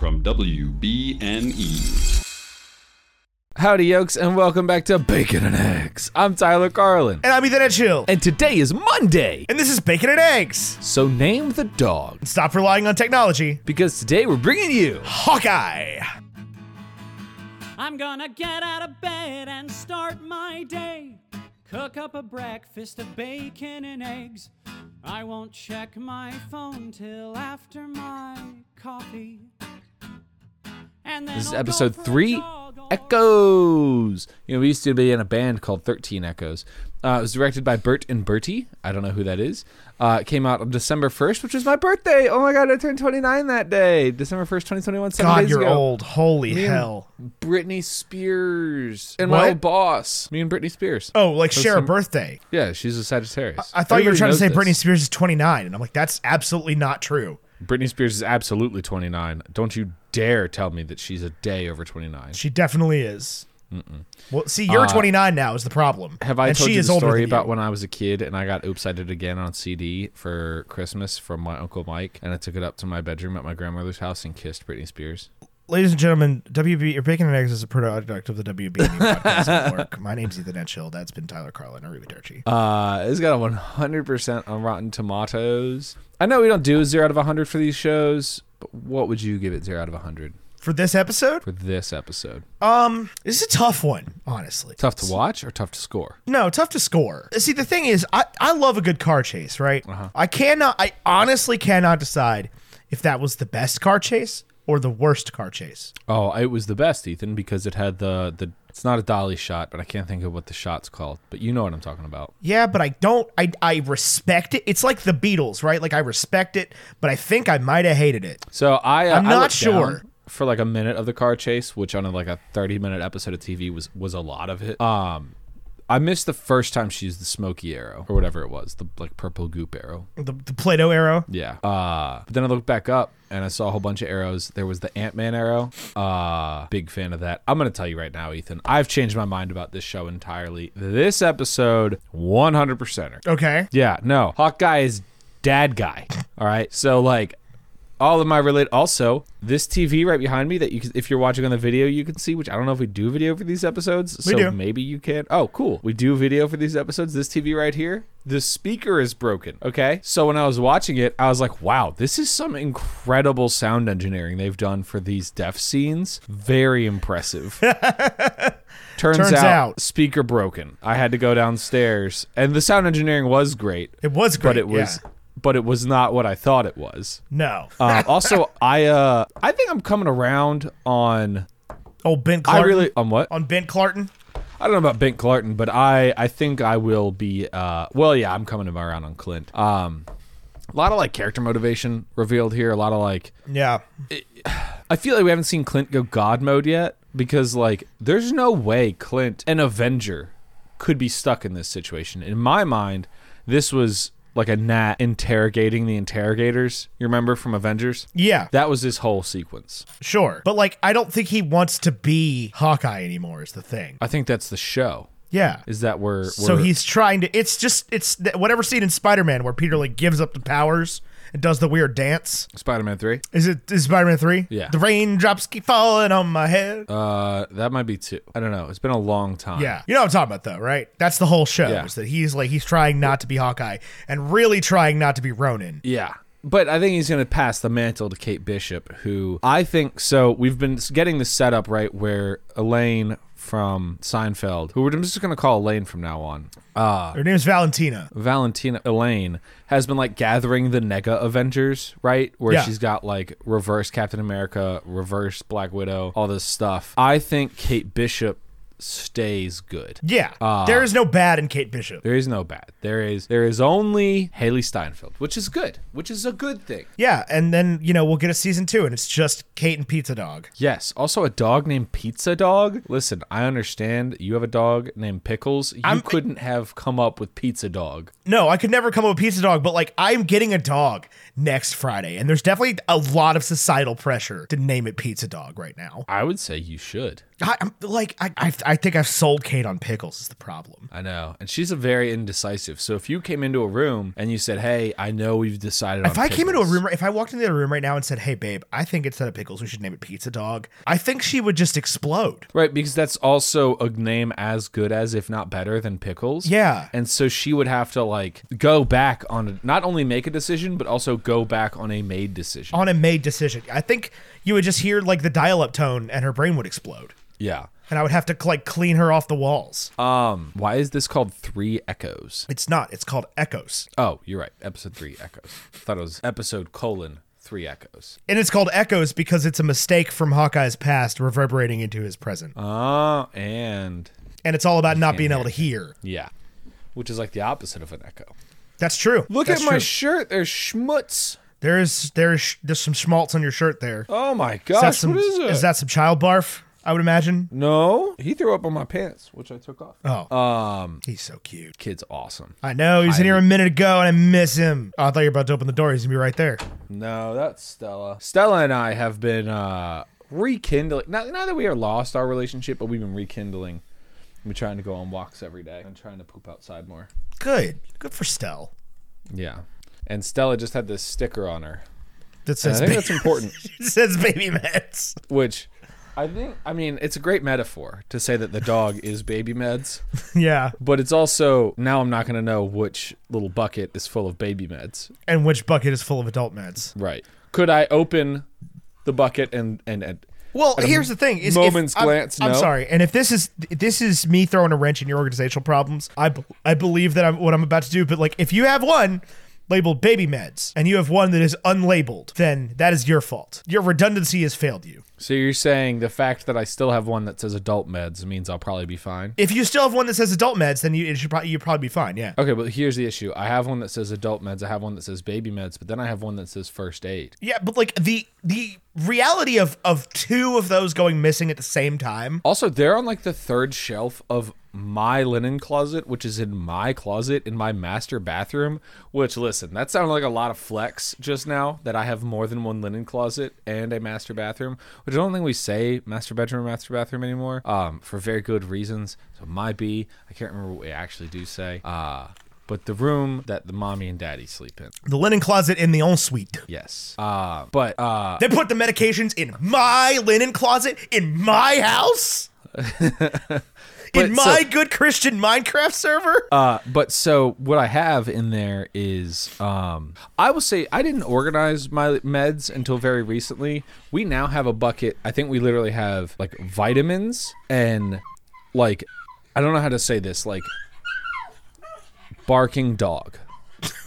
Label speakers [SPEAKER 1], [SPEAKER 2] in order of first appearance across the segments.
[SPEAKER 1] on WBNE.
[SPEAKER 2] Howdy, yokes, and welcome back to Bacon and Eggs. I'm Tyler Carlin,
[SPEAKER 3] And I'm Ethan Edgehill.
[SPEAKER 2] and today is Monday.
[SPEAKER 3] And this is Bacon and Eggs.
[SPEAKER 2] So name the dog,
[SPEAKER 3] Stop relying on technology.
[SPEAKER 2] because today we're bringing you
[SPEAKER 3] Hawkeye.
[SPEAKER 4] I'm gonna get out of bed and start my day. Cook up a breakfast of bacon and eggs. I won't check my phone till after my coffee. And then
[SPEAKER 2] this is
[SPEAKER 4] I'll go
[SPEAKER 2] episode
[SPEAKER 4] for a
[SPEAKER 2] three,
[SPEAKER 4] jog or-
[SPEAKER 2] Echoes. You know, we used to be in a band called Thirteen Echoes. Uh, it was directed by Bert and Bertie. I don't know who that is. Uh, it came out on December first, which was my birthday. Oh my god, I turned 29 that day. December first, 2021. Seven
[SPEAKER 3] God,
[SPEAKER 2] days
[SPEAKER 3] you're
[SPEAKER 2] ago.
[SPEAKER 3] old. Holy
[SPEAKER 2] Me and-
[SPEAKER 3] hell.
[SPEAKER 2] Britney Spears and
[SPEAKER 3] What?
[SPEAKER 2] my old boss. Me and Britney Spears.
[SPEAKER 3] Oh, like share
[SPEAKER 2] some-
[SPEAKER 3] a birthday.
[SPEAKER 2] Yeah, she's a Sagittarius.
[SPEAKER 3] I thought you were
[SPEAKER 2] Everybody
[SPEAKER 3] trying to
[SPEAKER 2] knows
[SPEAKER 3] say
[SPEAKER 2] this.
[SPEAKER 3] Britney Spears is 29, and I'm like, that's absolutely not true.
[SPEAKER 2] Britney Spears is absolutely 29. Don't you dare tell me that she's a day over 29.
[SPEAKER 3] She definitely is. Well, see, you're 29 now is the problem.
[SPEAKER 2] Uh, Have I
[SPEAKER 3] and
[SPEAKER 2] told
[SPEAKER 3] she
[SPEAKER 2] you
[SPEAKER 3] is
[SPEAKER 2] the
[SPEAKER 3] older
[SPEAKER 2] story
[SPEAKER 3] than
[SPEAKER 2] about
[SPEAKER 3] you.
[SPEAKER 2] when I was a kid and I got Oops I Did It Again on CD for Christmas from my Uncle Mike and I took it up to my bedroom at my grandmother's house and kissed Britney Spears?
[SPEAKER 3] Ladies and gentlemen, WB your Bacon and Eggs is a product of the WB podcast network. My name's Ethan Edgehill. That's been Tyler Carlin, Arrivederci.
[SPEAKER 2] Uh, it's got a 100% on Rotten Tomatoes. I know we don't do a 0 out of 100 for these shows, but what would you give it 0 out of 100
[SPEAKER 3] For this episode,
[SPEAKER 2] for this episode?
[SPEAKER 3] um, this is a tough one, honestly.
[SPEAKER 2] Tough to watch or tough to score?
[SPEAKER 3] No, tough to score. See, the thing is, I, I love a good car chase, right?
[SPEAKER 2] Uh-huh.
[SPEAKER 3] I cannot, I honestly cannot decide if that was the best car chase or the worst car chase.
[SPEAKER 2] Oh, it was the best, Ethan, because it had the the. It's not a dolly shot, but I can't think of what the shot's called. But you know what I'm talking about.
[SPEAKER 3] Yeah, but I don't, I, I respect it. It's like the Beatles, right? Like I respect it, but I think I might have hated it.
[SPEAKER 2] So I, uh,
[SPEAKER 3] I'm
[SPEAKER 2] I
[SPEAKER 3] not
[SPEAKER 2] looked down
[SPEAKER 3] sure.
[SPEAKER 2] for like a minute of the car chase, which on a, like a 30 minute episode of TV was was a lot of it. Um, I missed the first time she used the smoky arrow or whatever it was, the like purple goop arrow.
[SPEAKER 3] The, the Play Doh arrow.
[SPEAKER 2] Yeah. Uh, but then I looked back up and I saw a whole bunch of arrows. There was the Ant Man arrow. Uh, big fan of that. I'm going to tell you right now, Ethan, I've changed my mind about this show entirely. This episode, 100%er.
[SPEAKER 3] Okay.
[SPEAKER 2] Yeah, no. Hawkeye is dad guy. All right. So like all of my relate also this TV right behind me that you can, if you're watching on the video you can see which I don't know if we do video for these episodes
[SPEAKER 3] We
[SPEAKER 2] so
[SPEAKER 3] do.
[SPEAKER 2] maybe you can oh cool we do video for these episodes this TV right here the speaker is broken okay so when I was watching it I was like wow this is some incredible sound engineering they've done for these deaf scenes very impressive turns,
[SPEAKER 3] Turns
[SPEAKER 2] out,
[SPEAKER 3] out.
[SPEAKER 2] speaker broken I had to go downstairs and the sound engineering was great
[SPEAKER 3] It was great.
[SPEAKER 2] but it was
[SPEAKER 3] yeah.
[SPEAKER 2] but it was not what I thought it was.
[SPEAKER 3] No.
[SPEAKER 2] Uh, also, I uh, I think I'm coming around on
[SPEAKER 3] oh, Ben
[SPEAKER 2] I
[SPEAKER 3] Clarton.
[SPEAKER 2] really on what
[SPEAKER 3] on Ben Clarton.
[SPEAKER 2] I don't know about Bent Clarton, but I I think I will be uh, well yeah I'm coming around on Clint. Um, a lot of like character motivation revealed here. A lot of like
[SPEAKER 3] Yeah.
[SPEAKER 2] I feel like we haven't seen Clint go God mode yet because like there's no way Clint, an Avenger, could be stuck in this situation. In my mind, this was like a Nat interrogating the interrogators. You remember from Avengers?
[SPEAKER 3] Yeah.
[SPEAKER 2] That was this whole sequence.
[SPEAKER 3] Sure. But like, I don't think he wants to be Hawkeye anymore, is the thing.
[SPEAKER 2] I think that's the show.
[SPEAKER 3] Yeah.
[SPEAKER 2] Is that where?
[SPEAKER 3] So
[SPEAKER 2] where-
[SPEAKER 3] he's trying to. It's just it's th- whatever scene in Spider-Man where Peter like gives up the powers and does the weird dance.
[SPEAKER 2] Spider-Man Three.
[SPEAKER 3] Is it is Spider-Man three?
[SPEAKER 2] Yeah.
[SPEAKER 3] The raindrops keep falling on my head.
[SPEAKER 2] Uh, that might be two. I don't know. It's been a long time.
[SPEAKER 3] yeah, you know what I'm talking about though, right? That's the whole show.
[SPEAKER 2] Yeah.
[SPEAKER 3] Is that he's like he's trying not to be Hawkeye and really trying not to be Ronin.
[SPEAKER 2] Yeah. But I think he's going to pass the mantle to Kate Bishop, who I think. So we've been getting the setup right where Elaine from Seinfeld, who we're just going to call Elaine from now on, uh,
[SPEAKER 3] Her name's Valentina.
[SPEAKER 2] Valentina Elaine has been like gathering the Nega Avengers, right? Where
[SPEAKER 3] Yeah.
[SPEAKER 2] she's got like reverse Captain America, reverse Black Widow, all this stuff. I think Kate Bishop stays good.
[SPEAKER 3] Yeah.
[SPEAKER 2] Ah.
[SPEAKER 3] there is no bad in Kate Bishop.
[SPEAKER 2] There is no bad. There is there is only Haley Steinfeld, which is good, which is a good thing.
[SPEAKER 3] Yeah, and then you know we'll get a season two, and it's just Kate and Pizza Dog.
[SPEAKER 2] Yes. Also, a dog named Pizza Dog. Listen, I understand you have a dog named Pickles. You couldn't have come up with Pizza Dog.
[SPEAKER 3] No, I could never come up with pizza dog, but like I'm getting a dog next Friday, and there's definitely a lot of societal pressure to name it pizza dog right now.
[SPEAKER 2] I would say you should.
[SPEAKER 3] I, I'm like I, I I think I've sold Kate on pickles is the problem.
[SPEAKER 2] I know. And she's a very indecisive. So if you came into a room and you said, "Hey, I know we've decided
[SPEAKER 3] If I came into a room, if I walked into the room right now and said, "Hey, babe, I think instead of pickles, we should name it Pizza Dog," I think she would just explode.
[SPEAKER 2] Right, because that's also a name as good as, if not better, than pickles.
[SPEAKER 3] Yeah.
[SPEAKER 2] And so she would have to like go back on not only make a decision, but also go back on a made decision.
[SPEAKER 3] on a made decision. I think you would just hear like the dial up tone and her brain would explode.
[SPEAKER 2] yeah.
[SPEAKER 3] And I would have to like clean her off the walls.
[SPEAKER 2] Um. Why is this called Three Echoes?
[SPEAKER 3] it's not. It's called Echoes.
[SPEAKER 2] Oh, you're right. Episode Three Echoes. I thought it was episode colon Three Echoes.
[SPEAKER 3] And it's called Echoes because it's a mistake from Hawkeye's past reverberating into his present.
[SPEAKER 2] Oh, and
[SPEAKER 3] and it's all about not being able to hear.
[SPEAKER 2] yeah, which is like the opposite of an echo.
[SPEAKER 3] That's true.
[SPEAKER 2] Look
[SPEAKER 3] That's
[SPEAKER 2] at my
[SPEAKER 3] true.
[SPEAKER 2] shirt. There's schmutz.
[SPEAKER 3] there's there's there's some schmaltz on your shirt there.
[SPEAKER 2] Oh my
[SPEAKER 3] Is that
[SPEAKER 2] gosh,
[SPEAKER 3] some
[SPEAKER 2] what is it?
[SPEAKER 3] is that some child barf? I would imagine.
[SPEAKER 2] no, he threw up on my pants, which I took off.
[SPEAKER 3] Oh, um, he's so cute.
[SPEAKER 2] Kid's awesome.
[SPEAKER 3] I know he was in here a minute ago, and I miss him. Oh, I thought you were about to open the door. He's gonna be right there.
[SPEAKER 2] No, that's Stella. Stella and I have been uh rekindling. Not, not that we are lost our relationship, but we've been rekindling. We're trying to go on walks every day and trying to poop outside more.
[SPEAKER 3] Good, good for Stell.
[SPEAKER 2] Yeah. And Stella just had this sticker on her.
[SPEAKER 3] That
[SPEAKER 2] And
[SPEAKER 3] says
[SPEAKER 2] I think
[SPEAKER 3] ba-
[SPEAKER 2] that's important,
[SPEAKER 3] it says baby meds.
[SPEAKER 2] which I think, I mean, it's a great metaphor to say that the dog is baby meds,
[SPEAKER 3] Yeah,
[SPEAKER 2] but it's also, now I'm not going to know which little bucket is full of baby meds.
[SPEAKER 3] and which bucket is full of adult meds?
[SPEAKER 2] Right. Could I open the bucket and, and, and
[SPEAKER 3] Well,
[SPEAKER 2] At a
[SPEAKER 3] here's the thing: is if-
[SPEAKER 2] moment's
[SPEAKER 3] I'm-
[SPEAKER 2] glance,
[SPEAKER 3] I'm
[SPEAKER 2] no.
[SPEAKER 3] sorry, and if this is if this is me throwing a wrench in your organizational problems, I b- I believe that I'm what I'm about to do. But like, if you have one labeled baby meds and you have one that is unlabeled, then that is your fault. Your redundancy has failed you.
[SPEAKER 2] So you're saying the fact that I still have one that says adult meds means I'll probably be fine?
[SPEAKER 3] If you still have one that says adult meds, then you it should probably you probably be fine. Yeah.
[SPEAKER 2] Okay, but here's the issue. I have one that says adult meds, I have one that says baby meds, but then I have one that says first aid.
[SPEAKER 3] Yeah, but like the the reality of of two of those going missing at the same time
[SPEAKER 2] Also, they're on like the third shelf of my linen closet, which is in my closet in my master bathroom, which listen, that sounded like a lot of flex just now that I have more than one linen closet and a master bathroom, which I don't think we say master bedroom, master bathroom anymore. Um, for very good reasons. So it might be, I can't remember what we actually do say. Uh but the room that the mommy and daddy sleep in.
[SPEAKER 3] the linen closet in the ensuite.
[SPEAKER 2] Yes. Uh but uh
[SPEAKER 3] They put the medications in my linen closet in my house. in
[SPEAKER 2] so-
[SPEAKER 3] my good Christian Minecraft server.
[SPEAKER 2] Uh, but so what I have in there is, um, I will say I didn't organize my meds until very recently. We now have a bucket. I think we literally have like vitamins and like, I don't know how to say this, like barking dog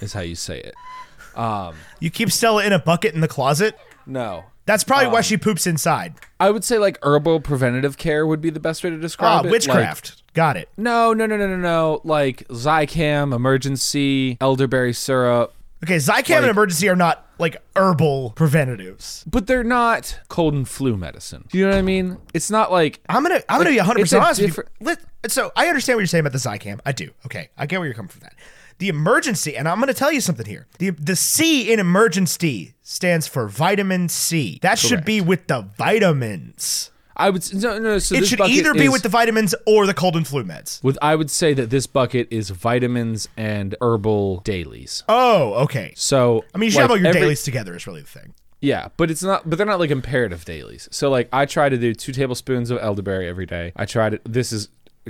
[SPEAKER 2] is how you say it.
[SPEAKER 3] you keep Stella in a bucket in the closet.
[SPEAKER 2] No.
[SPEAKER 3] That's probably
[SPEAKER 2] Uh,
[SPEAKER 3] why she poops inside.
[SPEAKER 2] I would say like herbal preventative care would be the best way to
[SPEAKER 3] Ah,
[SPEAKER 2] describe it. like-
[SPEAKER 3] witchcraft. Got it.
[SPEAKER 2] no, no, no, no, no, no. Like Zycam, emergency, elderberry syrup,
[SPEAKER 3] Okay, Zycam and emergency are not like herbal preventatives.
[SPEAKER 2] but they're not cold and flu medicine. Do you know what I mean? It's not like
[SPEAKER 3] I'm gonna I'm gonna be 100
[SPEAKER 2] it's a
[SPEAKER 3] percent honest. with you.
[SPEAKER 2] different-
[SPEAKER 3] Let- so I understand what you're saying about the Zycam. I do. Okay, I get where you're coming from. That the emergency, and I'm gonna tell you something here. The the C in emergency stands for vitamin C. That should be with the vitamins.
[SPEAKER 2] I would s- no no. So
[SPEAKER 3] It
[SPEAKER 2] this
[SPEAKER 3] should
[SPEAKER 2] bucket
[SPEAKER 3] either be
[SPEAKER 2] is-
[SPEAKER 3] with the vitamins or the cold and flu meds.
[SPEAKER 2] with I would say that this bucket is vitamins and herbal dailies.
[SPEAKER 3] Oh, okay.
[SPEAKER 2] So
[SPEAKER 3] I mean, you should have all
[SPEAKER 2] like,
[SPEAKER 3] your
[SPEAKER 2] every-
[SPEAKER 3] dailies together. Is really the thing.
[SPEAKER 2] Yeah, but it's not. But they're not like imperative dailies. So like I try to do two tablespoons of elderberry every day. I try to. This is.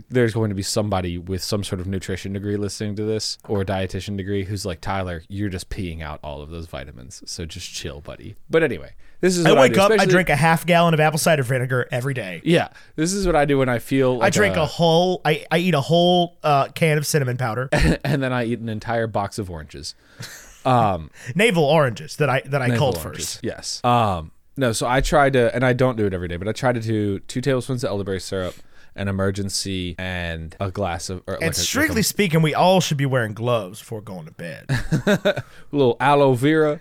[SPEAKER 2] There's going to be somebody with some sort of nutrition degree listening to this or a dietitian degree who's like Tyler, you're just peeing out all of those vitamins. So just chill, buddy. But anyway, this is
[SPEAKER 3] I
[SPEAKER 2] what
[SPEAKER 3] wake
[SPEAKER 2] do,
[SPEAKER 3] up. I
[SPEAKER 2] especially-
[SPEAKER 3] drink a half gallon of apple cider vinegar every day.
[SPEAKER 2] Yeah, this is what I do when I feel.
[SPEAKER 3] I
[SPEAKER 2] Like
[SPEAKER 3] drink a whole. I, I eat a whole uh, can of cinnamon powder,
[SPEAKER 2] and then I eat an entire box of oranges.
[SPEAKER 3] navel oranges that I that I
[SPEAKER 2] Navel
[SPEAKER 3] culled
[SPEAKER 2] oranges.
[SPEAKER 3] first.
[SPEAKER 2] Yes. Um. No. So I try to, and I don't do it every day, but I try to do two tablespoons of elderberry syrup, an emergency, and a glass of, or like
[SPEAKER 3] And
[SPEAKER 2] a-
[SPEAKER 3] strictly speaking, we all should be wearing gloves before going to bed.
[SPEAKER 2] like a little aloe vera.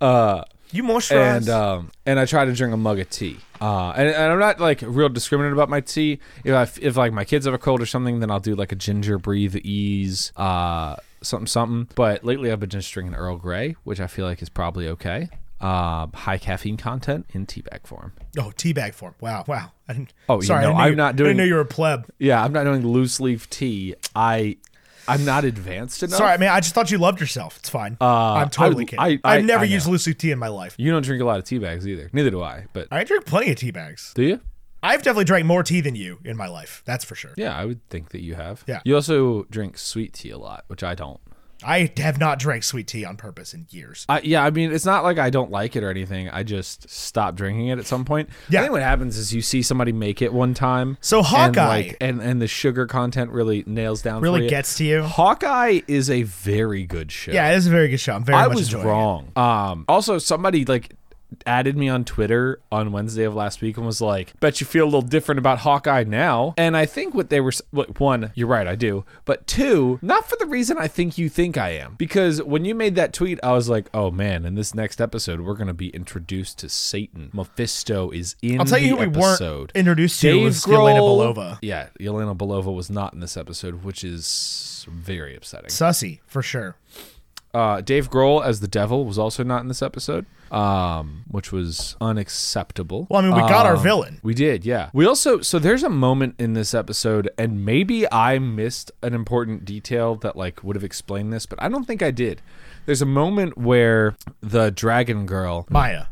[SPEAKER 2] Uh.
[SPEAKER 3] You moisturize.
[SPEAKER 2] and um and I try to drink a mug of tea. Uh, and, and I'm not like real discriminant about my tea. If I, if like my kids have a cold or something, then I'll do like a ginger breathe ease, uh, something something. But lately I've been just drinking Earl Grey, which I feel like is probably okay. uh, high caffeine content in teabag form.
[SPEAKER 3] Oh, teabag form. Wow, wow. I didn't.
[SPEAKER 2] Oh, yeah,
[SPEAKER 3] sorry.
[SPEAKER 2] no,
[SPEAKER 3] I didn't know
[SPEAKER 2] I'm
[SPEAKER 3] you-
[SPEAKER 2] not
[SPEAKER 3] I
[SPEAKER 2] doing-
[SPEAKER 3] didn't know you were a pleb.
[SPEAKER 2] Yeah, I'm not doing loose leaf tea. I I'm not advanced enough.
[SPEAKER 3] Sorry, man. I just thought you loved yourself. It's fine. I'm totally
[SPEAKER 2] Uh, I-
[SPEAKER 3] kidding.
[SPEAKER 2] I-
[SPEAKER 3] I,
[SPEAKER 2] I-
[SPEAKER 3] have never
[SPEAKER 2] I know.
[SPEAKER 3] used loose leaf tea in my life.
[SPEAKER 2] You don't drink a lot of tea bags either. Neither do I. But
[SPEAKER 3] I drink plenty of tea bags.
[SPEAKER 2] do you?
[SPEAKER 3] I've definitely drank more tea than you in my life. That's for sure.
[SPEAKER 2] Yeah, I would think that you have.
[SPEAKER 3] Yeah.
[SPEAKER 2] You also drink sweet tea a lot, which I don't.
[SPEAKER 3] I have not drank sweet tea on purpose in years.
[SPEAKER 2] I, yeah, I mean, it's not like I don't like it or anything. I just stopped drinking it at some point.
[SPEAKER 3] Yeah.
[SPEAKER 2] I think what happens is you see somebody make it one time.
[SPEAKER 3] So Hawkeye-
[SPEAKER 2] and, like, and and the sugar content really nails down.
[SPEAKER 3] Really
[SPEAKER 2] for you.
[SPEAKER 3] gets to you.
[SPEAKER 2] Hawkeye is a very good show.
[SPEAKER 3] Yeah, it is a very good show. I'm very
[SPEAKER 2] I
[SPEAKER 3] much
[SPEAKER 2] was
[SPEAKER 3] enjoying
[SPEAKER 2] wrong. Um, also, somebody like added me on Twitter on Wednesday of last week and was like, "Bet you feel a little different about Hawkeye now." And I think what they were s- look, one, you're right, I do, but two, not for the reason I think you think I am, because when you made that tweet, I was like, "Oh man!" In this next episode, we're gonna be introduced to Satan. Mephisto is in.
[SPEAKER 3] I'll tell you
[SPEAKER 2] the
[SPEAKER 3] who we weren't
[SPEAKER 2] episode.
[SPEAKER 3] introduced to was Yelena Belova.
[SPEAKER 2] Yeah, Yelena Belova was not in this episode, which is very upsetting.
[SPEAKER 3] it. Sussy, for sure.
[SPEAKER 2] Uh, Dave Grohl as the devil was also not in this episode, um, which was unacceptable. Uh,
[SPEAKER 3] Well, I mean, we got
[SPEAKER 2] Um,
[SPEAKER 3] our villain.
[SPEAKER 2] we did, yeah. We also so there's a moment in this episode, and maybe I missed an important detail that like would have explained this, but I don't think I did. There's a moment where the dragon girl
[SPEAKER 3] Maya.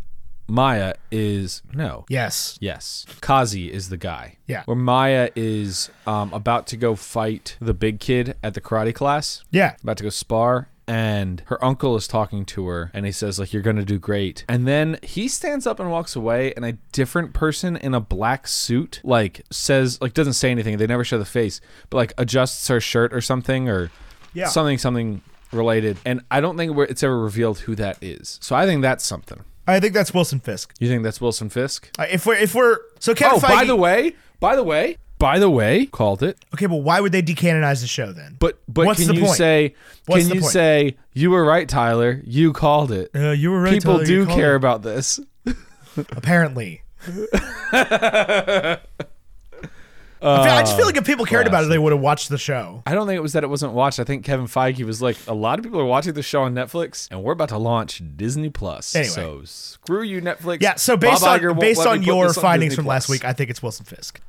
[SPEAKER 2] Maya is no,
[SPEAKER 3] Yes.
[SPEAKER 2] Yes. Kazi is the guy.
[SPEAKER 3] Yeah.
[SPEAKER 2] Where Maya is um, about to go fight the big kid at the karate class.
[SPEAKER 3] Yeah.
[SPEAKER 2] About to go spar. And her uncle is talking to her and he says, like, you're going to do great. And then he stands up and walks away. And a different person in a black suit, like, says, like, doesn't say anything. They never show the face, but like adjusts her shirt or something or
[SPEAKER 3] Yeah.
[SPEAKER 2] something, something related. And I don't think we're- it's ever revealed who that is. So I think that's something.
[SPEAKER 3] I think that's Wilson Fisk.
[SPEAKER 2] You think that's Wilson Fisk?
[SPEAKER 3] Uh, if we're if we're so Kevin
[SPEAKER 2] Oh, by
[SPEAKER 3] Feige-
[SPEAKER 2] the way, by the way, by the way, called it.
[SPEAKER 3] Okay, well, why would they decanonize the show then?
[SPEAKER 2] But but
[SPEAKER 3] What's
[SPEAKER 2] can
[SPEAKER 3] the
[SPEAKER 2] you
[SPEAKER 3] point?
[SPEAKER 2] say
[SPEAKER 3] What's
[SPEAKER 2] can
[SPEAKER 3] the
[SPEAKER 2] you
[SPEAKER 3] point?
[SPEAKER 2] say you were right, Tyler? You called it.
[SPEAKER 3] Uh, you were right,
[SPEAKER 2] People
[SPEAKER 3] Tyler, you
[SPEAKER 2] do
[SPEAKER 3] called
[SPEAKER 2] care
[SPEAKER 3] it.
[SPEAKER 2] about this.
[SPEAKER 3] apparently. I feel- I just feel like if people cared about it, they would have watched the show.
[SPEAKER 2] I don't think it was that it wasn't watched. I think Kevin Feige was like, a lot of people are watching the show on Netflix, and we're about to launch Disney Plus.
[SPEAKER 3] Anyway.
[SPEAKER 2] So screw you, Netflix.
[SPEAKER 3] Yeah, so
[SPEAKER 2] Bob
[SPEAKER 3] based
[SPEAKER 2] Iger
[SPEAKER 3] on
[SPEAKER 2] won't
[SPEAKER 3] based
[SPEAKER 2] let me
[SPEAKER 3] on
[SPEAKER 2] put
[SPEAKER 3] your
[SPEAKER 2] this on
[SPEAKER 3] findings
[SPEAKER 2] Disney
[SPEAKER 3] from last
[SPEAKER 2] Plus.
[SPEAKER 3] week, I think it's Wilson Fisk.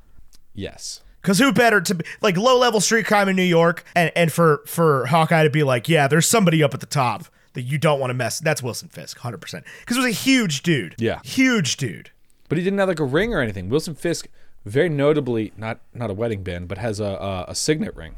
[SPEAKER 2] yes,
[SPEAKER 3] Because who better to be, like low level street crime in New York, and and for for Hawkeye to be like, yeah, there's somebody up at the top that you don't want to mess. That's Wilson Fisk, hundred percent. Because it was a huge dude.
[SPEAKER 2] Yeah.
[SPEAKER 3] huge dude.
[SPEAKER 2] but he didn't have like a ring or anything. Wilson Fisk, very notably, not not a wedding band, but has a a, a signet ring.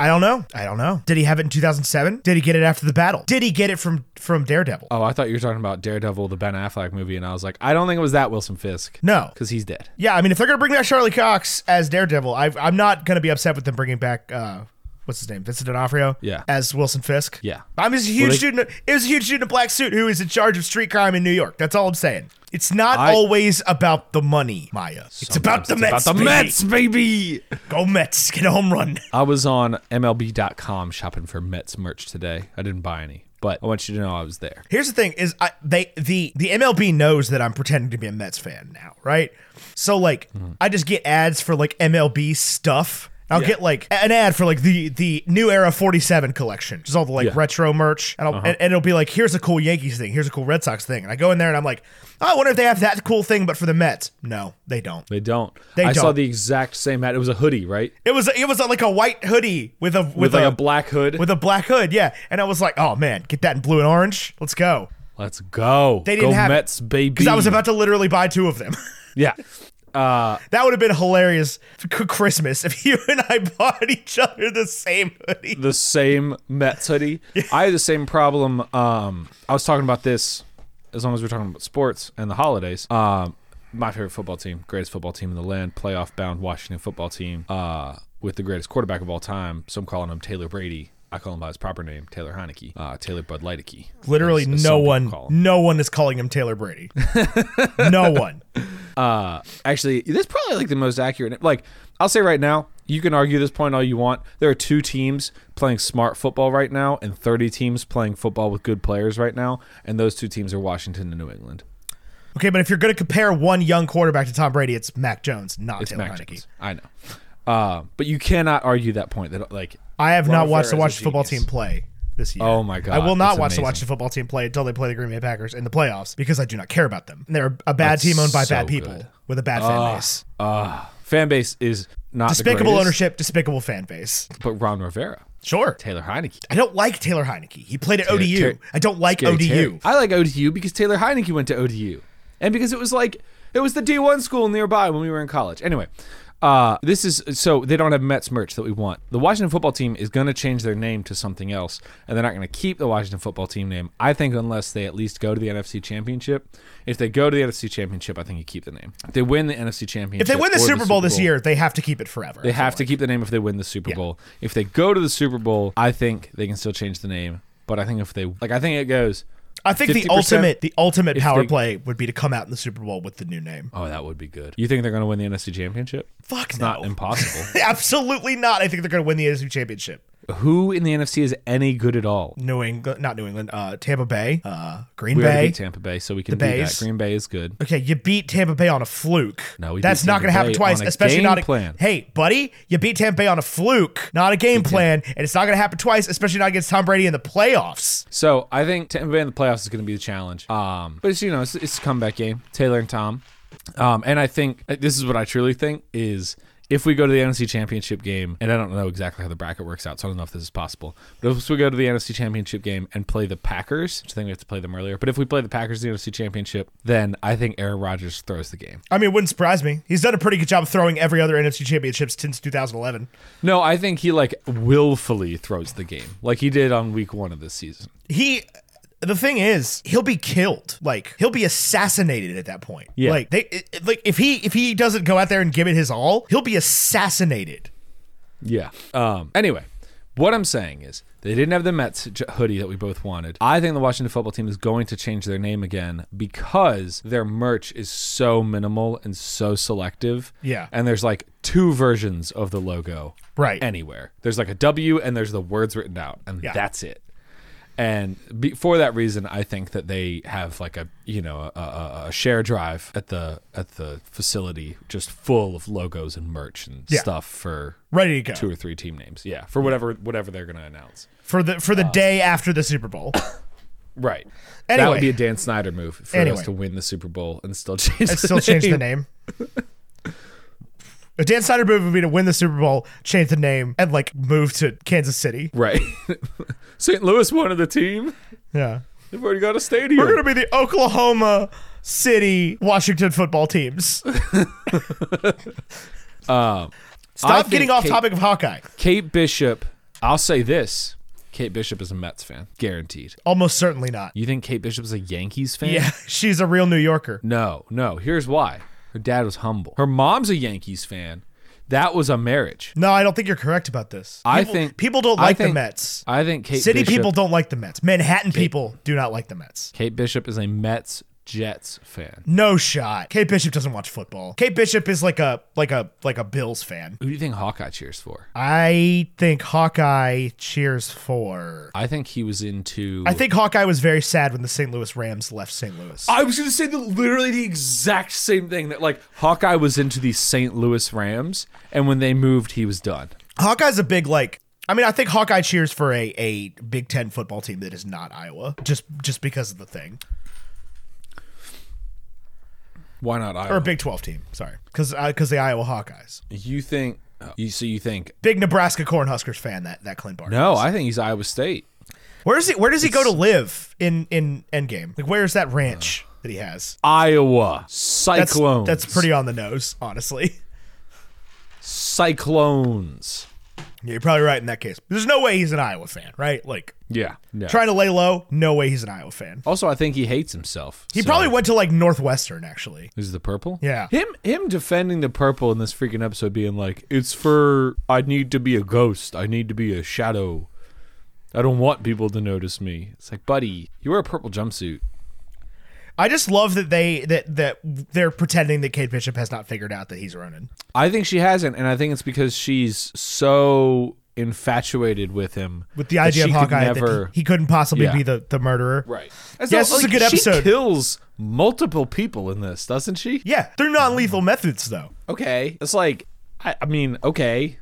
[SPEAKER 3] I don't know. I don't know. Did he have it in 2007? Did he get it after the battle? Did he get it from from Daredevil?
[SPEAKER 2] Oh, I thought you were talking about Daredevil, the Ben Affleck movie, and I was like, I don't think it was that Wilson Fisk.
[SPEAKER 3] No.
[SPEAKER 2] because he's dead.
[SPEAKER 3] Yeah, I mean, if they're gonna bring back Charlie Cox as Daredevil, i I'm not gonna be upset with them bringing back uh, what's his name, Vincent D'Onofrio,
[SPEAKER 2] Yeah.
[SPEAKER 3] as Wilson Fisk.
[SPEAKER 2] Yeah.
[SPEAKER 3] I'm just a huge
[SPEAKER 2] they-
[SPEAKER 3] dude. In a, it was a huge dude in a black suit who is in charge of street crime in New York. That's all I'm saying. It's not
[SPEAKER 2] I-
[SPEAKER 3] always about the money, Maya. It's about the Mets.
[SPEAKER 2] About the
[SPEAKER 3] baby.
[SPEAKER 2] Mets, baby.
[SPEAKER 3] Go Mets. Get a home run.
[SPEAKER 2] I was on MLB.com shopping for Mets merch today. I didn't buy any, but I want you to know I was there.
[SPEAKER 3] Here's the thing: is I, they the the MLB knows that I'm pretending to be a Mets fan now, right? So like, I just get ads for like MLB stuff. I'll get like an ad for like the the new era 47 collection, just all the like
[SPEAKER 2] Yeah.
[SPEAKER 3] retro merch, and, I'll, and, and it'll be like, here's a cool Yankees thing, here's a cool Red Sox thing, and I go in there and I'm like, oh, I wonder if they have that cool thing, but for the Mets, no, they don't.
[SPEAKER 2] They don't.
[SPEAKER 3] They
[SPEAKER 2] I saw
[SPEAKER 3] don't.
[SPEAKER 2] the exact same hat. It was a hoodie, right?
[SPEAKER 3] It was it was uh, like a white hoodie with a with,
[SPEAKER 2] With, like
[SPEAKER 3] a,
[SPEAKER 2] a, black hood.
[SPEAKER 3] with a black hood, yeah, and I was like, oh man, get that in blue and orange, let's go,
[SPEAKER 2] Let's go.
[SPEAKER 3] They didn't
[SPEAKER 2] go
[SPEAKER 3] have it.
[SPEAKER 2] Mets, baby.
[SPEAKER 3] because I was about to literally buy two of them.
[SPEAKER 2] Yeah.
[SPEAKER 3] That would have been hilarious for Christmas if you and I bought each other the same hoodie.
[SPEAKER 2] the same Mets hoodie. I had the same problem. Um, I was talking about this as long as we're talking about sports and the holidays. Um, my favorite football team, greatest football team in the land, playoff bound Washington football team, uh, with the greatest quarterback of all time. Some calling him Taylor Brady. I call him by his proper name, Taylor Heineke, uh, Taylor Bud Lightyke.
[SPEAKER 3] Literally,
[SPEAKER 2] as- as some
[SPEAKER 3] no
[SPEAKER 2] people
[SPEAKER 3] one,
[SPEAKER 2] call him.
[SPEAKER 3] no one is calling him Taylor Brady. no one.
[SPEAKER 2] Uh, actually, this is probably like the most accurate. Like, I'll say right now, you can argue this point all you want. There are two teams playing smart football right now, and 30 teams playing football with good players right now, and those two teams are Washington and New England.
[SPEAKER 3] Okay, but if you're going to compare one young quarterback to Tom Brady, it's Mac Jones, not
[SPEAKER 2] It's
[SPEAKER 3] Taylor
[SPEAKER 2] Mac
[SPEAKER 3] Heineke.
[SPEAKER 2] Jones. I know, uh, but you cannot argue that point. That like
[SPEAKER 3] I have not
[SPEAKER 2] Ron
[SPEAKER 3] watched
[SPEAKER 2] Rivera is
[SPEAKER 3] the
[SPEAKER 2] a
[SPEAKER 3] watch the football team
[SPEAKER 2] genius.
[SPEAKER 3] play. this year.
[SPEAKER 2] Oh my God,
[SPEAKER 3] I will not
[SPEAKER 2] that's
[SPEAKER 3] watch the
[SPEAKER 2] amazing.
[SPEAKER 3] Washington football team play until they play the Green Bay Packers in the playoffs because I do not care about them. And they're a bad
[SPEAKER 2] That's
[SPEAKER 3] team owned by
[SPEAKER 2] so
[SPEAKER 3] bad people
[SPEAKER 2] good.
[SPEAKER 3] with a bad fan base.
[SPEAKER 2] Fan base is not
[SPEAKER 3] Despicable
[SPEAKER 2] the greatest,
[SPEAKER 3] ownership, despicable fan base.
[SPEAKER 2] but Ron Rivera,
[SPEAKER 3] Sure.
[SPEAKER 2] Taylor Heineke.
[SPEAKER 3] I don't like Taylor Heineke. He played at ODU.
[SPEAKER 2] Ter-
[SPEAKER 3] I don't like
[SPEAKER 2] Scary
[SPEAKER 3] ODU.
[SPEAKER 2] Terry. I like ODU because Taylor Heineke went to ODU, and because it was like it was the D1 school nearby when we were in college. Anyway, uh, this is so they don't have Mets merch that we want. The Washington football team is going to change their name to something else, and they're not going to keep the Washington football team name. I think unless they at least go to the NFC Championship. If they go to the NFC Championship, I think you keep the name. If they win the NFC Championship,
[SPEAKER 3] If they win the
[SPEAKER 2] or
[SPEAKER 3] Super Bowl this year, they have to keep it forever.
[SPEAKER 2] They have to keep the name if they win the Super Bowl. If they go to the Super Bowl, I think they can still change the name. But I think if they like, I think it goes.
[SPEAKER 3] I think the
[SPEAKER 2] 50%?
[SPEAKER 3] ultimate the ultimate
[SPEAKER 2] If
[SPEAKER 3] power
[SPEAKER 2] they-
[SPEAKER 3] play would be to come out in the Super Bowl with the new name.
[SPEAKER 2] Oh, that would be good. You think they're going to win the NFC Championship?
[SPEAKER 3] Fuck
[SPEAKER 2] It's
[SPEAKER 3] no.
[SPEAKER 2] not impossible.
[SPEAKER 3] Absolutely not. I think they're going to win the NFC Championship.
[SPEAKER 2] Who in the NFC is any good at all?
[SPEAKER 3] New England, not New England, uh, Tampa Bay, uh, Green
[SPEAKER 2] We already
[SPEAKER 3] Bay.
[SPEAKER 2] beat Tampa Bay, so we can
[SPEAKER 3] The
[SPEAKER 2] do that.
[SPEAKER 3] Bays.
[SPEAKER 2] Green Bay is good.
[SPEAKER 3] Okay, you beat Tampa Bay on a fluke.
[SPEAKER 2] No, we
[SPEAKER 3] that's
[SPEAKER 2] beat
[SPEAKER 3] not
[SPEAKER 2] Tampa
[SPEAKER 3] going to happen
[SPEAKER 2] Bay
[SPEAKER 3] twice,
[SPEAKER 2] on a
[SPEAKER 3] especially
[SPEAKER 2] game
[SPEAKER 3] not a
[SPEAKER 2] plan.
[SPEAKER 3] Hey, buddy, you beat Tampa Bay on a fluke, not a game plan, and it's not going to happen twice, especially not against Tom Brady in the playoffs.
[SPEAKER 2] So I think Tampa Bay in the playoffs is going to be the challenge. Um, but it's you know it's, it's a comeback game. Taylor and Tom, um, and I think this is what I truly think is if we go to the NFC Championship game, and I don't know exactly how the bracket works out, so I don't know if this is possible. But if we go to the NFC Championship game and play the Packers, which I think we have to play them earlier. But if we play the Packers in the NFC Championship, then I think Aaron Rodgers throws the game.
[SPEAKER 3] I mean, it wouldn't surprise me. He's done a pretty good job of throwing every other NFC championships since 2011.
[SPEAKER 2] No, I think he like willfully throws the game, like he did on Week One of this season.
[SPEAKER 3] he the thing is he'll be killed like he'll be assassinated at that point
[SPEAKER 2] Yeah.
[SPEAKER 3] like they it- it- like if he if he doesn't go out there and give it his all he'll be assassinated
[SPEAKER 2] Yeah. Um. Anyway, what I'm saying is they didn't have the Mets j- hoodie that we both wanted. I think the Washington football team is going to change their name again because their merch is so minimal and so selective.
[SPEAKER 3] Yeah.
[SPEAKER 2] And there's like two versions of the logo.
[SPEAKER 3] Right.
[SPEAKER 2] Anywhere. There's like a W and there's the words written out, and
[SPEAKER 3] Yeah.
[SPEAKER 2] that's it. And be, for that reason, I think that they have like a you know a, a, a share drive at the at the facility just full of logos and merch and
[SPEAKER 3] Yeah.
[SPEAKER 2] stuff for
[SPEAKER 3] ready to
[SPEAKER 2] two
[SPEAKER 3] go
[SPEAKER 2] or three team names. Yeah, for whatever whatever they're gonna announce.
[SPEAKER 3] for the for the day after the super bowl
[SPEAKER 2] Right. that
[SPEAKER 3] Anyway.
[SPEAKER 2] would be a Dan Snyder move for
[SPEAKER 3] Anyway.
[SPEAKER 2] us to win the Super Bowl and still change.
[SPEAKER 3] and
[SPEAKER 2] the
[SPEAKER 3] still
[SPEAKER 2] name.
[SPEAKER 3] change the name a dan snyder move would be to win the super bowl change the name and like move to kansas city
[SPEAKER 2] Right. St. Louis wanted the team.
[SPEAKER 3] yeah
[SPEAKER 2] They've already got a stadium.
[SPEAKER 3] we're gonna be the oklahoma city washington football teams
[SPEAKER 2] Um, I
[SPEAKER 3] stop
[SPEAKER 2] think
[SPEAKER 3] getting off
[SPEAKER 2] Kate-
[SPEAKER 3] topic of hawkeye
[SPEAKER 2] Kate Bishop. I'll say this: Kate Bishop is a Mets fan, guaranteed.
[SPEAKER 3] almost certainly not
[SPEAKER 2] You think Kate Bishop's a Yankees fan?
[SPEAKER 3] Yeah, she's a real New Yorker.
[SPEAKER 2] No, no. Here's why: her dad was humble. Her mom's a Yankees fan. That was a marriage.
[SPEAKER 3] No, I don't think you're correct about this.
[SPEAKER 2] I
[SPEAKER 3] People-
[SPEAKER 2] think
[SPEAKER 3] people don't
[SPEAKER 2] I
[SPEAKER 3] like the
[SPEAKER 2] think-
[SPEAKER 3] Mets.
[SPEAKER 2] I think Kate
[SPEAKER 3] City
[SPEAKER 2] Bishop-
[SPEAKER 3] people don't like the Mets. Manhattan people do not like the Mets.
[SPEAKER 2] Kate Bishop is a Mets Jets fan.
[SPEAKER 3] No shot. Kate Bishop doesn't watch football. Kate Bishop is like a like a like a Bills fan.
[SPEAKER 2] Who do you think Hawkeye cheers for?
[SPEAKER 3] I think Hawkeye cheers for.
[SPEAKER 2] I think he was into.
[SPEAKER 3] I think Hawkeye was very sad when the St. Louis Rams left St. Louis.
[SPEAKER 2] I was going to say the, literally the exact same thing that like Hawkeye was into the St. Louis Rams, and when they moved, he was done.
[SPEAKER 3] Hawkeye's a big like. I mean, I think Hawkeye cheers for a a Big Ten football team that is not Iowa, just just because of the thing,
[SPEAKER 2] Why not Iowa?
[SPEAKER 3] or a Big Twelve team. Sorry, because because the Iowa Hawkeyes.
[SPEAKER 2] you think? oh, you so you think?
[SPEAKER 3] big Nebraska Cornhuskers fan. That that Clint Barton.
[SPEAKER 2] No,
[SPEAKER 3] is.
[SPEAKER 2] I think he's Iowa State.
[SPEAKER 3] where is he? Where does he go to live in in Endgame? Like where is that ranch that he has?
[SPEAKER 2] Iowa
[SPEAKER 3] That's
[SPEAKER 2] Cyclones.
[SPEAKER 3] that's pretty on the nose, honestly.
[SPEAKER 2] Cyclones.
[SPEAKER 3] Yeah, you're probably right in that case. There's no way he's an Iowa fan, right? Like
[SPEAKER 2] Yeah. No.
[SPEAKER 3] trying to lay low. No way he's an Iowa fan.
[SPEAKER 2] also, I think he hates himself.
[SPEAKER 3] He
[SPEAKER 2] so-
[SPEAKER 3] probably went to like Northwestern actually.
[SPEAKER 2] Is the purple?
[SPEAKER 3] Yeah.
[SPEAKER 2] Him him defending the purple in this freaking episode being like, It's for I need to be a ghost. I need to be a shadow. I don't want people to notice me. It's like, buddy, you wear a purple jumpsuit.
[SPEAKER 3] I just love that they that that they're pretending that Kate Bishop has not figured out that he's Ronan.
[SPEAKER 2] I think she hasn't, and I think it's because she's so infatuated with him.
[SPEAKER 3] With the
[SPEAKER 2] that
[SPEAKER 3] idea
[SPEAKER 2] she
[SPEAKER 3] of
[SPEAKER 2] could
[SPEAKER 3] Hawkeye,
[SPEAKER 2] never
[SPEAKER 3] that he, he couldn't possibly
[SPEAKER 2] Yeah.
[SPEAKER 3] be the, the murderer.
[SPEAKER 2] Right.
[SPEAKER 3] Yeah, this is a good
[SPEAKER 2] She
[SPEAKER 3] episode.
[SPEAKER 2] kills multiple people in this, doesn't she?
[SPEAKER 3] Yeah, they're non lethal methods though.
[SPEAKER 2] Okay. It's like I, I mean, okay.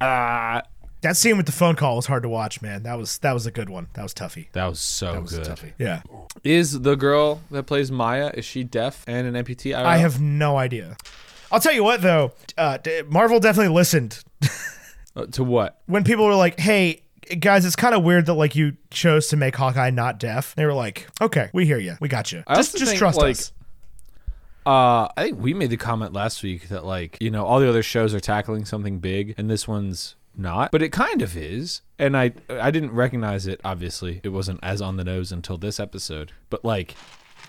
[SPEAKER 2] Uh
[SPEAKER 3] That scene with the phone call was hard to watch, man. That was that was a good one. That was toughy.
[SPEAKER 2] That was so
[SPEAKER 3] That was
[SPEAKER 2] good.
[SPEAKER 3] toughy. Yeah.
[SPEAKER 2] Is the girl that plays Maya is she deaf and an amputee? don't
[SPEAKER 3] I
[SPEAKER 2] know.
[SPEAKER 3] have no idea. I'll tell you what though, uh, d- Marvel definitely listened
[SPEAKER 2] Uh, to what?
[SPEAKER 3] when people were like, "Hey." Guys, it's kind of weird that like you chose to make Hawkeye not deaf. They were like, "Okay, we hear you. We got you.
[SPEAKER 2] I
[SPEAKER 3] just
[SPEAKER 2] also
[SPEAKER 3] just
[SPEAKER 2] think,
[SPEAKER 3] trust
[SPEAKER 2] like,
[SPEAKER 3] us."
[SPEAKER 2] Uh, I think we made the comment last week that like you know all the other shows are tackling something big and this one's not, but it kind of is. And I I didn't recognize it. Obviously, it wasn't as on the nose until this episode. But like.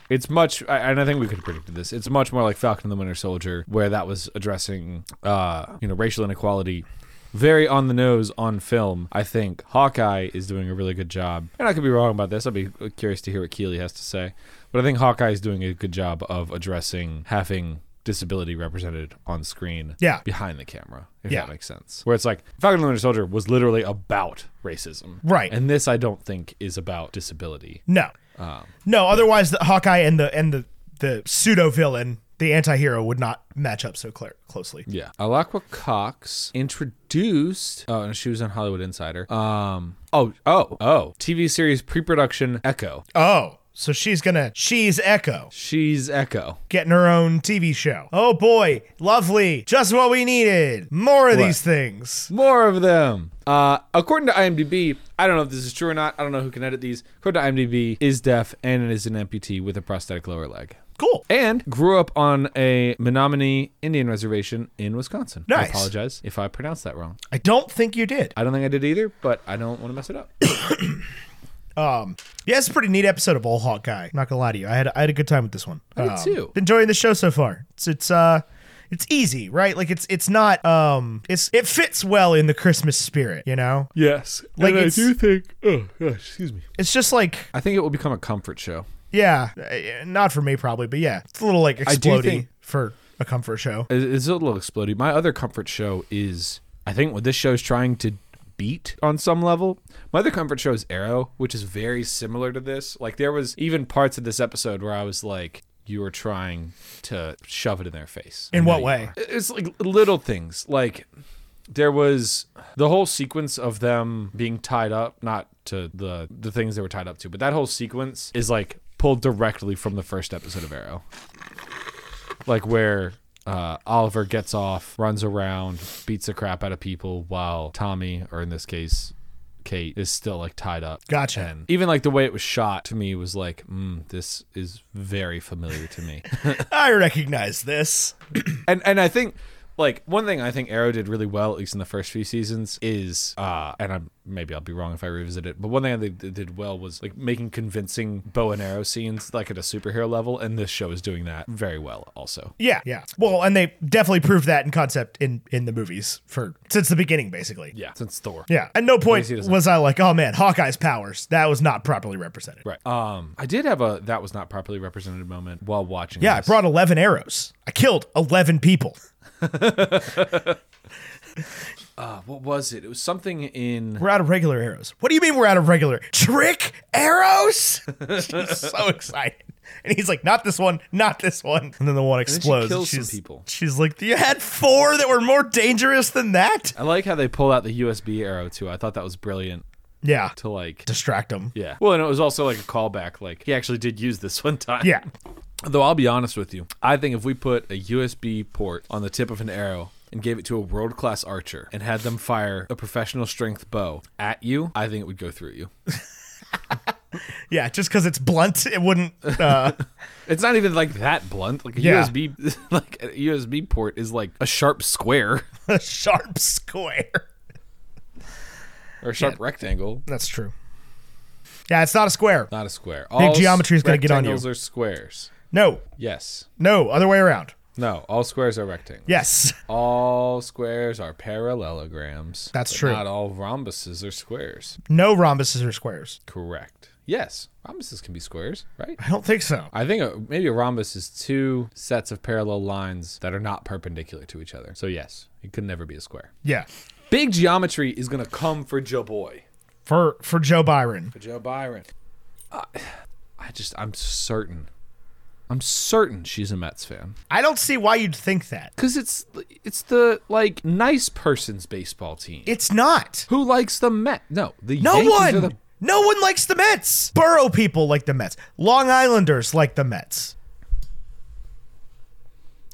[SPEAKER 2] It's much, I- and I think we could have predicted this. It's much more like Falcon and the Winter Soldier, where that was addressing, uh, you know, racial inequality, very on the nose on film. I think Hawkeye is doing a really good job, and I could be wrong about this. I'd be curious to hear what Keeley has to say, but I think Hawkeye is doing a good job of addressing having disability represented on screen,
[SPEAKER 3] Yeah.
[SPEAKER 2] behind the camera, if
[SPEAKER 3] Yeah.
[SPEAKER 2] that makes sense. Where it's like Falcon and the Winter Soldier was literally about racism,
[SPEAKER 3] Right.
[SPEAKER 2] And this I don't think is about disability.
[SPEAKER 3] No. no, otherwise the Hawkeye and the and the the pseudo villain, the anti-hero would not match up so clear, closely.
[SPEAKER 2] Yeah. Alakwa Cox introduced oh and she was on Hollywood Insider. Um oh oh oh TV series pre-production Echo.
[SPEAKER 3] Oh, so she's going to she's Echo
[SPEAKER 2] She's Echo.
[SPEAKER 3] getting her own TV show. Oh boy, lovely. Just what we needed. More of
[SPEAKER 2] What?
[SPEAKER 3] these things.
[SPEAKER 2] More of them. Uh according to IMDb, I don't know if this is true or not. I don't know who can edit these. According to IMDb, is deaf and is an amputee with a prosthetic lower leg.
[SPEAKER 3] Cool.
[SPEAKER 2] And grew up on a Menominee Indian reservation in Wisconsin. I
[SPEAKER 3] Nice.
[SPEAKER 2] apologize if I pronounced that wrong.
[SPEAKER 3] I don't think you did.
[SPEAKER 2] I don't think I did either, but I don't want to mess it up.
[SPEAKER 3] Um, Yeah, it's a pretty neat episode of Old Hawkeye. I'm not gonna lie to you. I had I had a good time with this one. I
[SPEAKER 2] did too.
[SPEAKER 3] Enjoying the show so far. It's it's uh it's easy, right? Like it's it's not um it's it fits well in the Christmas spirit, you know?
[SPEAKER 2] Yes.
[SPEAKER 3] Like, I it's- do
[SPEAKER 2] think oh gosh, excuse me.
[SPEAKER 3] It's just like
[SPEAKER 2] I think it will become a comfort show.
[SPEAKER 3] Yeah, uh, not for me probably, but yeah, it's a little like
[SPEAKER 2] do
[SPEAKER 3] explodey
[SPEAKER 2] think-
[SPEAKER 3] for a comfort show.
[SPEAKER 2] It- It's a little exploded. My other comfort show is I think what this show is trying to beat on some level. My other comfort show is Arrow, which is very similar to this. Like there was even parts of this episode where I was like, you were trying to shove it in their face.
[SPEAKER 3] In
[SPEAKER 2] I know
[SPEAKER 3] what
[SPEAKER 2] you
[SPEAKER 3] way?
[SPEAKER 2] are. It's like little things. Like there was the whole sequence of them being tied up, not to the the things they were tied up to, but that whole sequence is like pulled directly from the first episode of Arrow. Like where uh, Oliver gets off, runs around, beats the crap out of people while Tommy, or in this case, Kate, is still like tied up.
[SPEAKER 3] Gotcha.
[SPEAKER 2] And even like the way it was shot to me was like, mm, this is very familiar to me.
[SPEAKER 3] I recognize this.
[SPEAKER 2] and and I think like one thing I think Arrow did really well, at least in the first few seasons, is uh, and I'm maybe I'll be wrong if I revisit it, but one thing they did did well was like making convincing bow and arrow scenes like at a superhero level, and this show is doing that very well also.
[SPEAKER 3] Yeah, yeah. Well, and they definitely proved that in concept in in the movies for since the beginning, basically.
[SPEAKER 2] Yeah, since Thor.
[SPEAKER 3] Yeah. At no point
[SPEAKER 2] least he doesn't-
[SPEAKER 3] was I like, oh man, Hawkeye's powers that was not properly represented.
[SPEAKER 2] Right. Um, I did have a that was not properly represented moment while watching.
[SPEAKER 3] Yeah, I
[SPEAKER 2] this.
[SPEAKER 3] brought eleven arrows. I killed eleven people.
[SPEAKER 2] What was it? It was something in.
[SPEAKER 3] We're out of regular arrows. What do you mean we're out of regular trick arrows? she's so excited. And he's like, not this one, not this one. And then the one
[SPEAKER 2] she
[SPEAKER 3] explodes.
[SPEAKER 2] kills some
[SPEAKER 3] she's,
[SPEAKER 2] people.
[SPEAKER 3] She's like, you had four that were more dangerous than that?
[SPEAKER 2] I like how they pulled out the USB arrow too. I thought that was brilliant
[SPEAKER 3] Yeah.
[SPEAKER 2] to like.
[SPEAKER 3] Distract him.
[SPEAKER 2] Yeah. Well, and it was also like a callback. Like he actually did use this one time.
[SPEAKER 3] Yeah.
[SPEAKER 2] Though I'll be honest with you, I think if we put a USB port on the tip of an arrow and gave it to a world class archer and had them fire a professional strength bow at you, I think it would go through you.
[SPEAKER 3] Yeah, Just because it's blunt, it wouldn't. Uh,
[SPEAKER 2] It's not even like that blunt. Like a
[SPEAKER 3] Yeah.
[SPEAKER 2] USB, like a USB port is like a sharp square
[SPEAKER 3] a sharp square.
[SPEAKER 2] or a sharp rectangle,
[SPEAKER 3] That's true. Yeah, it's not a square.
[SPEAKER 2] not a square. All
[SPEAKER 3] geometry's gonna get on you.
[SPEAKER 2] Rectangles are squares.
[SPEAKER 3] No,
[SPEAKER 2] Yes.
[SPEAKER 3] no, other way around.
[SPEAKER 2] No. All squares are rectangles.
[SPEAKER 3] Yes.
[SPEAKER 2] All squares are parallelograms.
[SPEAKER 3] That's
[SPEAKER 2] but
[SPEAKER 3] true.
[SPEAKER 2] Not all rhombuses are squares.
[SPEAKER 3] No rhombuses or squares.
[SPEAKER 2] Correct. Yes, rhombuses can be squares, right?
[SPEAKER 3] I don't think so.
[SPEAKER 2] I think a, maybe a rhombus is two sets of parallel lines that are not perpendicular to each other. So yes, it could never be a square.
[SPEAKER 3] Yeah.
[SPEAKER 2] Big geometry is gonna come for Joe Boy,
[SPEAKER 3] For for Joe Byron.
[SPEAKER 2] for Joe Byron. I I just I'm certain I'm certain she's a Mets fan.
[SPEAKER 3] I don't see why you'd think that.
[SPEAKER 2] Cause it's it's the like nice person's baseball team.
[SPEAKER 3] It's not.
[SPEAKER 2] Who likes the Met? No, the
[SPEAKER 3] No
[SPEAKER 2] Yankees
[SPEAKER 3] one.
[SPEAKER 2] Are the,
[SPEAKER 3] no one likes the Mets. Borough people like the Mets. Long Islanders like the Mets.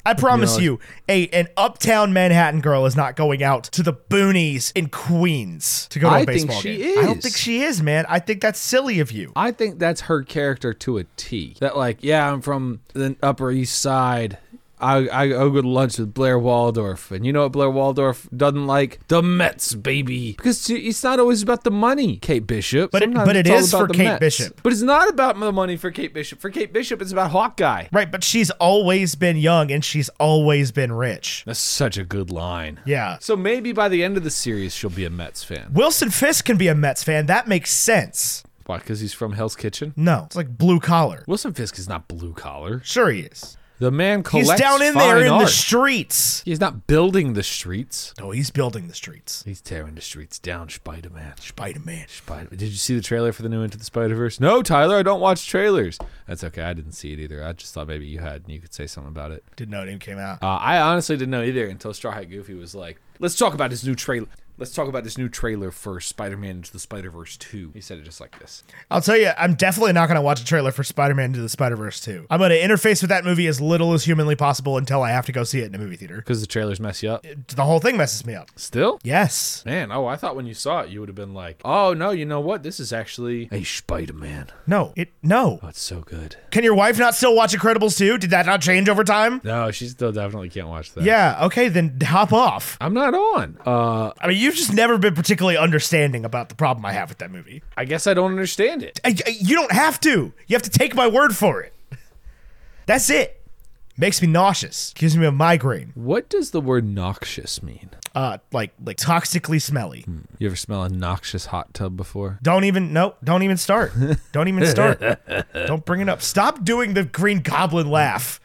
[SPEAKER 3] I promise
[SPEAKER 2] No.
[SPEAKER 3] you, a an uptown Manhattan girl is not going out to the boonies in Queens to go to a
[SPEAKER 2] I think
[SPEAKER 3] baseball
[SPEAKER 2] she
[SPEAKER 3] game. I don't
[SPEAKER 2] is.
[SPEAKER 3] think she is, man. I think that's silly of you.
[SPEAKER 2] I think that's her character to a T. That like, yeah, I'm from the Upper East Side. I, I go to lunch with Blair Waldorf, and you know what Blair Waldorf doesn't like? The Mets, baby. Because she- it's not always about the money, Kate Bishop.
[SPEAKER 3] But it-
[SPEAKER 2] Sometimes
[SPEAKER 3] but it
[SPEAKER 2] it's all
[SPEAKER 3] is
[SPEAKER 2] about
[SPEAKER 3] for
[SPEAKER 2] the
[SPEAKER 3] Kate
[SPEAKER 2] Mets.
[SPEAKER 3] Bishop.
[SPEAKER 2] But it's not about the money for Kate Bishop. For Kate Bishop, it's about Hawkeye.
[SPEAKER 3] Right, but she's always been young and she's always been rich.
[SPEAKER 2] That's such a good line.
[SPEAKER 3] Yeah.
[SPEAKER 2] So maybe by the end of the series, she'll be a Mets fan.
[SPEAKER 3] Wilson Fisk can be a Mets fan. That makes sense.
[SPEAKER 2] Why? Because he's from Hell's Kitchen?
[SPEAKER 3] No, it's like blue collar.
[SPEAKER 2] Wilson Fisk is not blue collar.
[SPEAKER 3] Sure, he is.
[SPEAKER 2] The man
[SPEAKER 3] He's
[SPEAKER 2] collects
[SPEAKER 3] down in
[SPEAKER 2] fine
[SPEAKER 3] there in the
[SPEAKER 2] art.
[SPEAKER 3] streets.
[SPEAKER 2] He's not building the streets.
[SPEAKER 3] No, he's building the streets.
[SPEAKER 2] He's tearing the streets down, Spider Man.
[SPEAKER 3] Spider Man.
[SPEAKER 2] Spider. Did you see the trailer for the new Into the Spider Verse? No, Tyler, I don't watch trailers. That's okay. I didn't see it either. I just thought maybe you had and you could say something about it.
[SPEAKER 3] Didn't know it even came out.
[SPEAKER 2] Uh, I honestly didn't know either until Straw Hat Goofy was like, "Let's talk about his new trailer. Let's talk about this new trailer for Spider Man Into the Spider Verse 2." He said it just like this.
[SPEAKER 3] I'll tell you, I'm definitely not going to watch a trailer for Spider Man Into the Spider Verse 2. I'm going to interface with that movie as little as humanly possible until I have to go see it in a movie theater.
[SPEAKER 2] Because the trailers mess you up.
[SPEAKER 3] The whole thing messes me up.
[SPEAKER 2] Still?
[SPEAKER 3] Yes.
[SPEAKER 2] Man, oh, I thought when you saw it, you would have been like, oh, no, you know what? This is actually a Spider Man.
[SPEAKER 3] No. It. No.
[SPEAKER 2] Oh, it's so good.
[SPEAKER 3] Can your wife not still watch Incredibles 2? Did that not change over time?
[SPEAKER 2] No, she still definitely can't watch that.
[SPEAKER 3] Yeah. Okay. Then hop off.
[SPEAKER 2] I'm not on. Uh,
[SPEAKER 3] I mean, you've just never been particularly understanding about the problem I have with that movie.
[SPEAKER 2] I guess I don't understand it.
[SPEAKER 3] I, I- you don't have to. You have to take my word for it. That's it. Makes me nauseous. Gives me a migraine.
[SPEAKER 2] What does the word noxious mean?
[SPEAKER 3] Uh, like like toxically smelly.
[SPEAKER 2] You ever smell a noxious hot tub before?
[SPEAKER 3] Don't even no. Don't even start. Don't even start. don't bring it up. Stop doing the Green Goblin laugh.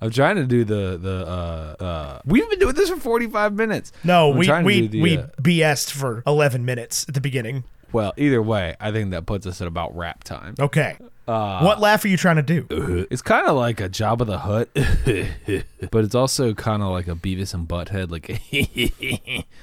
[SPEAKER 2] I'm trying to do the the. Uh, uh, we've been doing this for 45 minutes.
[SPEAKER 3] No,
[SPEAKER 2] I'm
[SPEAKER 3] we
[SPEAKER 2] trying to
[SPEAKER 3] we
[SPEAKER 2] do the,
[SPEAKER 3] we
[SPEAKER 2] uh,
[SPEAKER 3] BS'd for eleven minutes at the beginning.
[SPEAKER 2] well, either way, I think that puts us at about wrap time.
[SPEAKER 3] Okay.
[SPEAKER 2] Uh,
[SPEAKER 3] what laugh are you trying to do?
[SPEAKER 2] It's kind of like a Job of the Hut, but it's also kind of like a Beavis and Butthead. Like,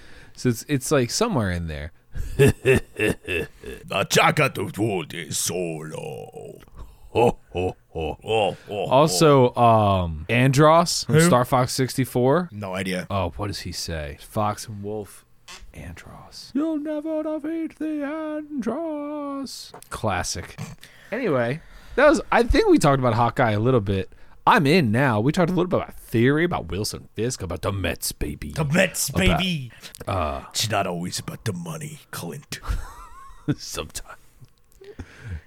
[SPEAKER 2] so it's it's like somewhere in there. Uh,
[SPEAKER 5] The Jack at the Wood is solo. Ho, ho, ho. Oh, oh.
[SPEAKER 2] Also, um, Andros from
[SPEAKER 3] Who?
[SPEAKER 2] Star Fox 64.
[SPEAKER 3] No idea.
[SPEAKER 2] Oh, what does he say? Fox and Wolf. Andros. You'll never defeat the Andros. Classic. Anyway, that was. I think we talked about Hawkeye a little bit. I'm in now. We talked a little bit about theory, about Wilson Fisk, about the Mets, baby.
[SPEAKER 3] The Mets, baby.
[SPEAKER 2] Ah.
[SPEAKER 5] It's not always about the money, Clint.
[SPEAKER 2] Sometimes.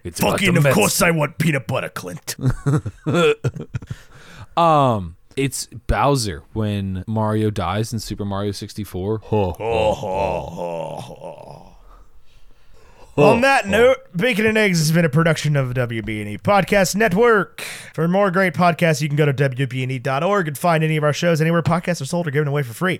[SPEAKER 2] It's about the
[SPEAKER 5] Fucking, of
[SPEAKER 2] Mets.
[SPEAKER 5] course, I want peanut butter, Clint.
[SPEAKER 3] Oh,
[SPEAKER 2] Um, it's Bowser when Mario dies in Super Mario 64.
[SPEAKER 3] oh,
[SPEAKER 2] Oh,
[SPEAKER 3] On that note, Bacon and Eggs has been a production of the WB&E E Podcast Network. For more great podcasts, you can go to WB&E.org and find any of our shows anywhere podcasts are sold or given away for free.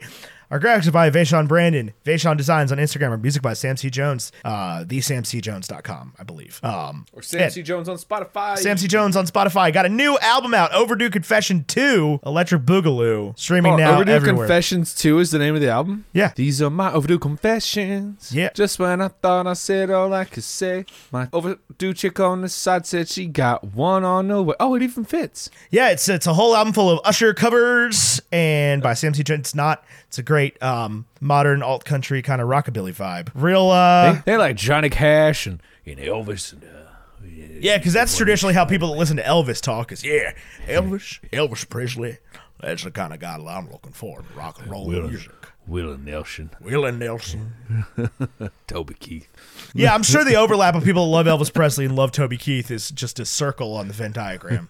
[SPEAKER 3] Our graphics are by Vaishon Brandon. Vaishon Designs on Instagram. Our music by Sam C. Jones. Uh, thesamcjones.com, I believe. Um, or
[SPEAKER 2] Sam C. Jones on Spotify.
[SPEAKER 3] Sam C. Jones on Spotify. Got a new album out, Overdue Confession 2, Electric Boogaloo. Streaming
[SPEAKER 2] Oh,
[SPEAKER 3] now
[SPEAKER 2] Overdue
[SPEAKER 3] everywhere.
[SPEAKER 2] Confessions 2 is the name of the album?
[SPEAKER 3] Yeah.
[SPEAKER 2] These are my overdue confessions.
[SPEAKER 3] Yeah.
[SPEAKER 2] Just when I thought I said all I could say, my overdue chick on the side said she got one on the way. Oh, it even fits.
[SPEAKER 3] Yeah, it's it's a whole album full of Usher covers and by Sam C. Jones. It's not. It's a great um, modern alt country kind of rockabilly vibe. Real, uh,
[SPEAKER 2] They like Johnny Cash and, you know, Elvis. And, uh,
[SPEAKER 3] yeah, because that's traditionally how people that listen to Elvis talk. Is yeah,
[SPEAKER 5] yeah, Elvis, Elvis Presley. That's the kind of guy that I'm looking for in rock and roll music.
[SPEAKER 2] Willie Nelson,
[SPEAKER 5] Willie Nelson.
[SPEAKER 2] Toby Keith.
[SPEAKER 3] yeah. I'm sure the overlap of people that love Elvis Presley and love Toby Keith is just a circle on the Venn diagram.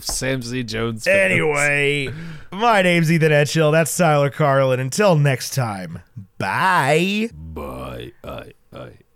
[SPEAKER 2] Sam C. Jones. fans.
[SPEAKER 3] Anyway, my name's Ethan Etchell. That's Tyler Carlin. Until next time, bye.
[SPEAKER 2] Bye. I, I.